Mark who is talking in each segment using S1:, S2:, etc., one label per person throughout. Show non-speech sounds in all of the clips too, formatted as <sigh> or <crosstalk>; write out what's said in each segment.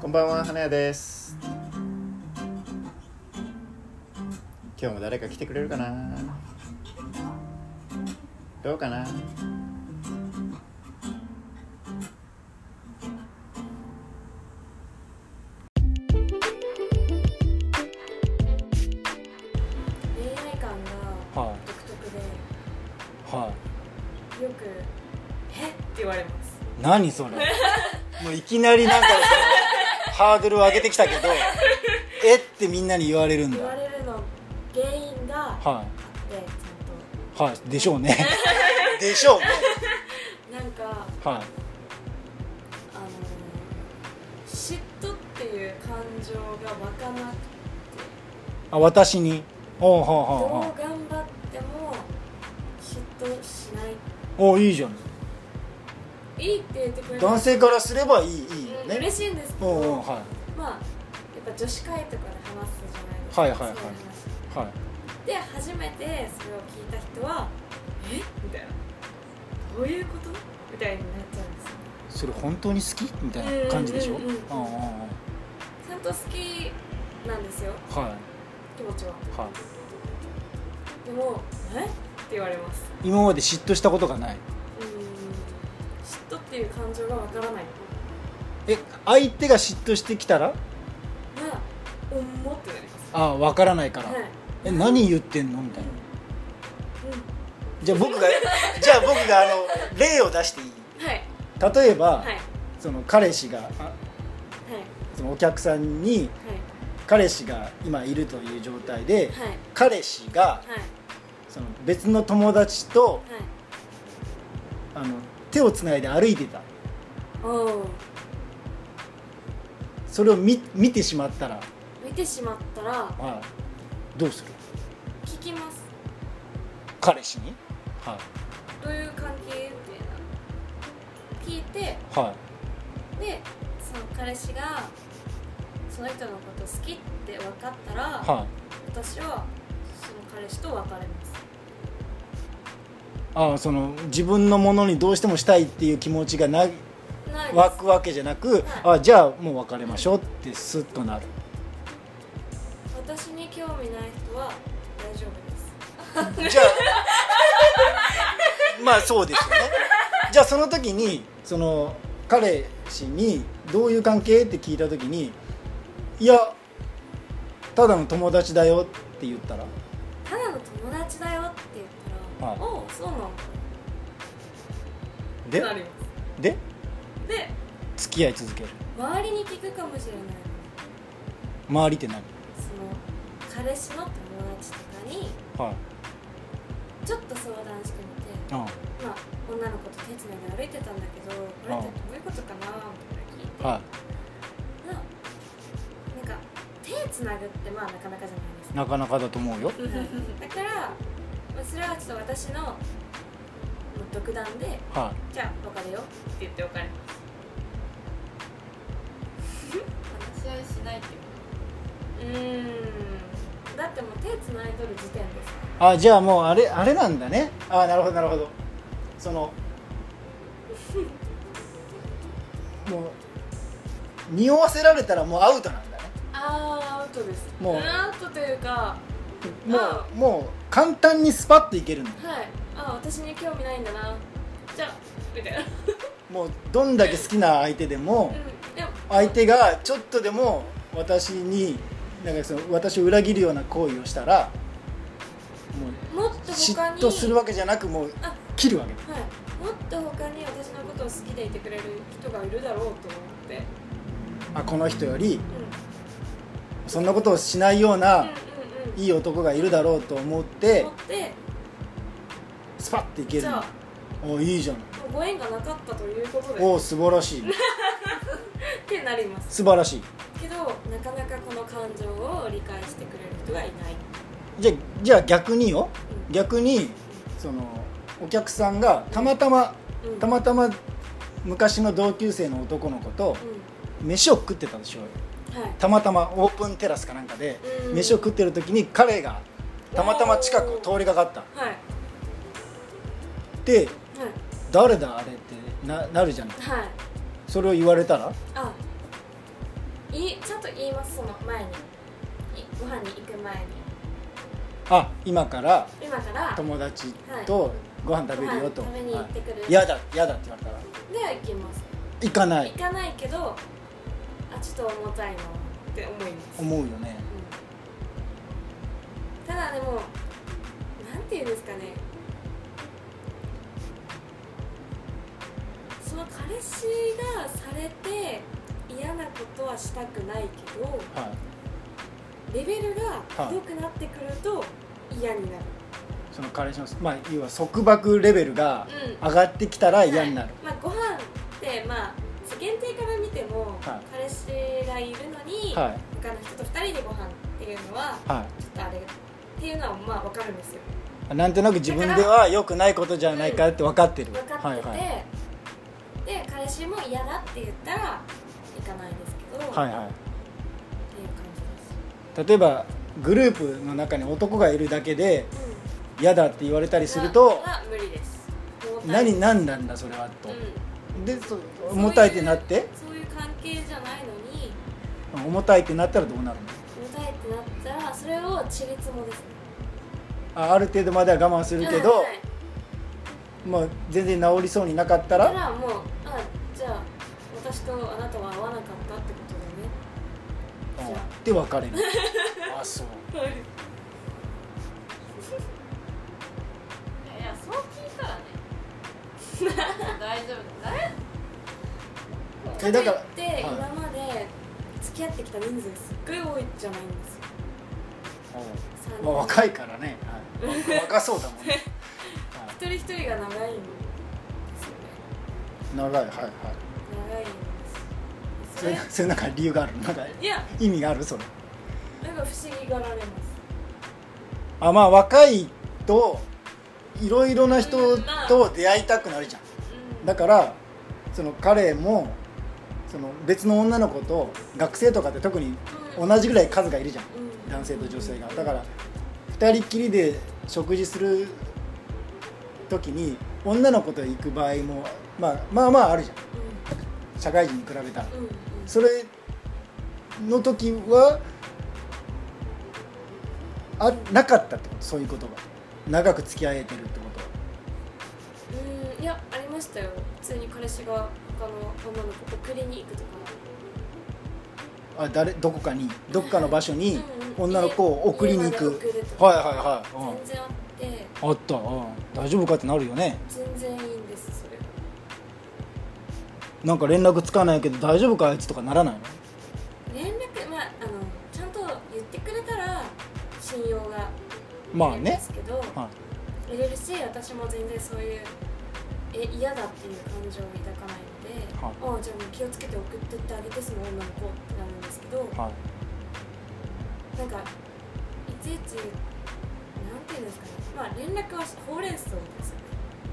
S1: こんばんは、花屋です。今日も誰か来てくれるかな。どうかな。
S2: 恋愛感が
S3: は
S2: 独特
S3: いは
S2: でよく「えっ?」て言われます
S3: い何
S2: <laughs>
S3: それもういきなりなんかそのハードルを上げてきたけどえってみんなに言われるんだ
S2: 言われるの原因があ
S3: は
S2: ってちゃんと
S3: いはいでしょ
S2: <laughs>
S3: うねでしょうね
S2: なんかあ
S3: はい
S2: の嫉妬っていう感情が湧かなくて
S3: あ私におうほう
S2: どう
S3: ほうほ
S2: 頑張っても嫉妬しないう
S3: おいいじゃん
S2: いいって言ってくれる
S3: 男性からすればいいいいよ
S2: うん
S3: ね
S2: 嬉しいんですけ
S3: おうおう
S2: ど
S3: は
S2: まあやっぱ女子会とかで話すじゃないですか
S3: はいはいはい
S2: そうう話
S3: いはい
S2: で初めてそれを聞いた人は「えみたいな「どういうこと?」みたいになっちゃうんですよ
S3: それ本当に好きみたいな感じでしょ
S2: う
S3: うんん
S2: う
S3: うん
S2: う
S3: んうんん
S2: ちゃんと好きなんですよ
S3: は
S2: 気持ちはい
S3: は
S2: でも「えっ?」て言われます
S3: い今まで嫉妬したことがないう
S2: ーん嫉妬っていう感情がわからない
S3: え相手が嫉妬してきたら
S2: が「うんも」ってなります
S3: あ分からないから、
S2: はい
S3: え何言ってんのみたいな
S2: う
S3: じゃあ僕
S2: <laughs>
S3: がじゃあ僕があの例を出していい
S2: んはい
S3: 例えば、
S2: はいはい
S3: その彼氏があそのお客さんに
S2: は
S3: 彼氏が今いるという状態で
S2: いはい
S3: 彼氏が
S2: はい
S3: その別の友達と
S2: はい
S3: あの手をつないで歩いてた
S2: おう
S3: それを見見てしまったら、
S2: 見てしまったら
S3: はい、どうする
S2: 聞きます
S3: 彼氏には
S2: どういう関係みたいな聞いて
S3: いは
S2: でその彼氏がその人のこと好きって分かったら、
S3: いはい
S2: 私はその彼氏と別れます
S3: あその自分のものにどうしてもしたいっていう気持ちがない
S2: ない
S3: 湧くわけじゃなく、あじゃあもう別れましょうってスッとなる
S2: 私に興味ない人は大丈夫です
S3: じゃあまあそうですよねじゃあその時にその彼氏に「どういう関係?」って聞いた時に「いやただの友達だよ」って言ったら
S2: ただの友達だよって言ったら「
S3: はい
S2: おうそうなの?」
S3: で
S2: なりま
S3: です
S2: で
S3: 付き合い続ける
S2: 周りに聞くかもしれない
S3: 周りって何
S2: その彼氏の友達とかに
S3: はい、
S2: ちょっと相談してみて
S3: うん、
S2: まあ、女の子と手つないで歩いてたんだけどこれってどういうことかなみたいな聞いて、
S3: は
S2: ななんか手つなぐってまあなかなかじゃないですか
S3: いなかなかだと思うよ
S2: だから、まあ、それはちょっと私のまあ独断で
S3: は
S2: 「じゃあ別れよ」って言って別れます
S4: 話し合いしないってい
S2: う
S4: う
S2: ーんだってもう手つないとる時点です
S3: いあじゃあもうあれあれなんだねあなるほどなるほどそのもう匂わせられたらもうアウトなんだね
S2: ああアウトです
S3: もう
S2: アウトというか
S3: も
S2: あ
S3: うもう簡単にスパッといけるんだ
S2: はいああ私に興味ないんだなじゃあみ <laughs> たいな
S3: もうどんだけ好きな相手でも
S2: うんでも
S3: 相手がちょっとでも私になんかその私を裏切るような行為をしたらもう
S2: もっと
S3: 嫉
S2: 他に
S3: 妬するわけじゃなくもう
S2: あ
S3: 切るわけだ
S2: はい、もっと他に私のことを好きでいてくれる人がいるだろうと思って、うん、
S3: あこの人より
S2: うん
S3: そんなことをしないような
S2: うんうん
S3: いい男がいるだろうと思って
S2: 思って
S3: スパッといけ
S2: じ
S3: る
S2: ゃあ
S3: おいいじゃん
S2: もうご縁がなかったということで
S3: お素晴らしい
S2: ってなります
S3: 素晴らしい
S2: けどなかなかこの感情を理解してくれる人がいない、
S3: じゃあじゃあ逆によ
S2: う
S3: 逆にそのお客さんがたまたま
S2: うん、
S3: たまたま昔の同級生の男の子と
S2: う
S3: 飯を食ってたでしょうよ
S2: んはい
S3: たまたまオープンテラスかなんかで
S2: うん
S3: 飯を食ってる時に彼がたまたま近くを通りかかった
S2: はい
S3: で
S2: はい
S3: 誰だあれってななるじゃない
S2: はい
S3: それを言われたら
S2: あいちゃんと言いますその前にいご飯に行く前に
S3: あ今から
S2: 今から
S3: 友達とご飯食べるよと
S2: ご飯食べに行ってくる
S3: はい嫌だ嫌だって言われたら
S2: では行きます、
S3: 行かない
S2: 行かないけどあちょっと重たいなって思います、
S3: 思うよね
S2: うんただでもなんていうんですかねその彼氏がされて嫌なことはしたくないけど
S3: はい
S2: レベルが
S3: はい
S2: ひどくなってくると嫌になる、
S3: その彼氏のまあ要は束縛レベルが
S2: うん
S3: 上がってきたら嫌になる、
S2: まあ、ご飯ってまあ限定から見ても、
S3: はい
S2: 彼氏がいるのに、
S3: はい
S2: 他の人と2人でご飯っていうのは
S3: はい
S2: ちょっとあれっていうのはまあ分かるんですよ
S3: なんとなく自分では良くないことじゃないかって分かってる
S2: 分かってて、
S3: はいはいはい
S2: で彼氏も嫌だって言ったら行かないですけど、っ
S3: は
S2: ていう感
S3: い例えばグループの中に男がいるだけで
S2: じです、うん
S3: 嫌だって言われたりすると
S2: は無理です重たい
S3: 何何なんだそれはと
S2: うん、
S3: でそ
S2: そういう
S3: 重たいってなって
S2: そういう関係じゃないのに
S3: 重たいってなったらどうなるの
S2: 重たいってなったらそれをちりつもですね
S3: あある程度までは我慢するけど、
S2: はいはい
S3: まあ、全然治りそうになかっ
S2: だ
S3: たら
S2: からもうあじゃあ私とあなたは合わなかったってことだ
S3: うんで
S2: <laughs>
S3: 別れるあそう
S2: ね
S4: いやそう聞いたらね大丈夫だよ
S2: <laughs>
S3: えだから
S2: と言って
S3: はい
S2: 今まで付き合ってきた人数すっごい多いじゃないんですよ三
S3: まあ、
S2: 人
S3: 若いからね、はい、若そうだも
S2: <laughs>
S3: んね、は
S2: 一人一人が長いんですよね
S3: い、長いはいはい
S2: 長いんです
S3: そ
S2: それ
S3: れそれなんか理由があるなんか
S2: いや
S3: 意味があるそれ
S2: なんか不思議がられます
S3: あまあ若いといろいろな人と出会いたくなるじゃん
S2: うん
S3: だからその彼もその別の女の子と学生とかって特に同じぐらい数がいるじゃん
S2: うん
S3: 男性と女性がだから2人っきりで食事する時に女の子と行く場合も、まあ、まあまああるじゃん
S2: う
S3: 社会人に比べたら
S2: んうんうん
S3: それの時はあなかったってことそういうことが長く付き合えてるってこ
S2: うんいやありましたよ普通に彼氏が他の女の子と送りに行くとか
S3: とあ誰どこかにどこかの場所
S2: う
S3: に
S2: んうん
S3: 女の子を送りに行
S2: 家
S3: く
S2: まで送るとか
S3: はいはいはい、
S2: 全然あって
S3: うん、あった、うん、大丈夫かってなるよね
S2: 全然いいんですそれが
S3: なんか連絡つかないけど大丈夫かあいつとかならないの
S2: 連絡まああのちゃんと言ってくれたら信用が
S3: ま
S2: 得
S3: あ
S2: れるん
S3: ね
S2: ですけど、
S3: は
S2: 入れるし私も全然そういうえ嫌だっていう感情を抱かないので、
S3: はい
S2: ああじゃあもう気をつけて送ってってあげてその女の子ってなるんですけど、
S3: いはい
S2: なんかいちいちなんていうんですかねまあ連絡はしほうれん草ですよね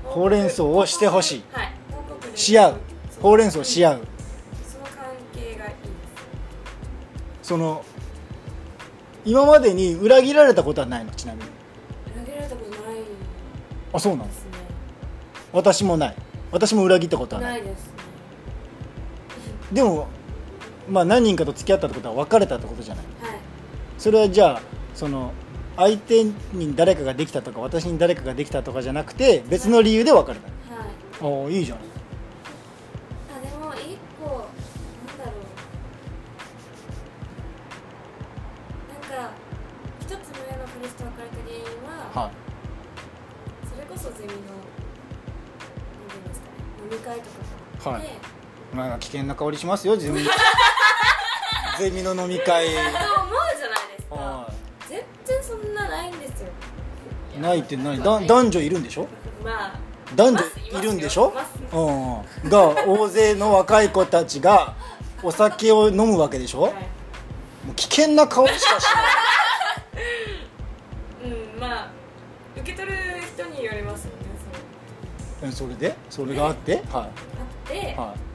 S3: ほうれん草をしてほしい
S2: はい報告で
S3: し合う
S2: そ
S3: ほうれん草し合う
S2: その関係がいい
S3: その今までに裏切られたことはないのちなみに
S2: です裏切られたことないで
S3: あそうなの
S2: すね
S3: 私もない私も裏切ったことはな
S2: な
S3: い
S2: いですね
S3: でもまあ何人かと付き合ったってことは別れたってことじゃない
S2: はい
S3: それはじゃあその相手に誰かができたとか私に誰かができたとかじゃなくて別の理由で別れた
S2: はい
S3: ああいいじゃん
S2: あでも一個なんだろうなんか一つ上の彼氏と別れた原因は
S3: はい
S2: それこそゼミのなんていうんですかね飲み会とかがあって、
S3: はいなんか危険な香りしますよゼ <laughs> ミゼミの飲み会
S2: と思うじゃないですか
S3: は
S2: 全然そんなないんですよ
S3: いないってないだ男女いるんでしょ
S2: まあ
S3: 男女いるんでしょ
S2: いますいます
S3: うん、が大勢の若い子たちがお酒を飲むわけでしょ、
S2: はい
S3: もう危険な香りしかしない
S2: うんまあ受け取る人によりますよねそれ
S3: えそれでそれがあっては
S2: あって、
S3: いは